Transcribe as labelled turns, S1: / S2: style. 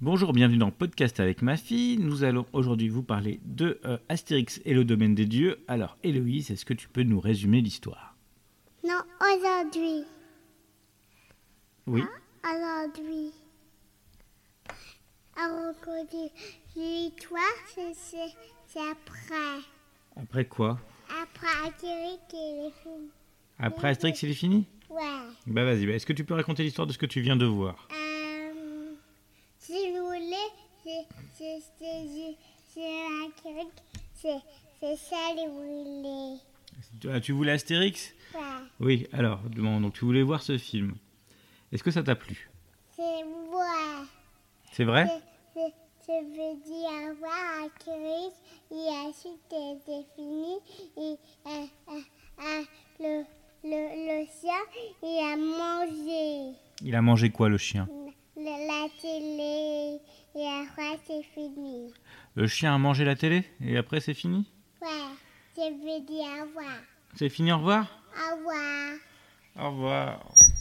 S1: Bonjour, bienvenue dans Podcast avec ma fille. Nous allons aujourd'hui vous parler de euh, Astérix et le domaine des dieux. Alors, Héloïse, est-ce que tu peux nous résumer l'histoire
S2: Non, aujourd'hui.
S1: Oui.
S2: Aujourd'hui. Alors, l'histoire, c'est- c'est c'est après.
S1: Après quoi
S2: Après Akiri qui est le film.
S1: Après Astérix, il est fini
S2: Ouais.
S1: Bah vas-y, bah, est-ce que tu peux raconter l'histoire de ce que tu viens de voir
S2: Euh, si vous voulez, c'est c'est- c'est- c'est- c'est Akiri, c'est c'est ça les voulez.
S1: Ah, Tu voulais Astérix
S2: Ouais.
S1: Oui, alors, bon, donc tu voulais voir ce film. Est-ce que ça t'a plu
S2: C'est moi.
S1: C'est vrai
S2: C'est- c'est- Je veux dire au revoir à Chris et ensuite c'est c'est fini et euh, euh, euh, le, le, le chien il a mangé
S1: Il a mangé quoi le chien
S2: le- la télé et après c'est fini.
S1: Le chien a mangé la télé et après c'est fini
S2: Ouais, je veux dire au revoir.
S1: C'est fini, au revoir
S2: Au revoir.
S1: Au revoir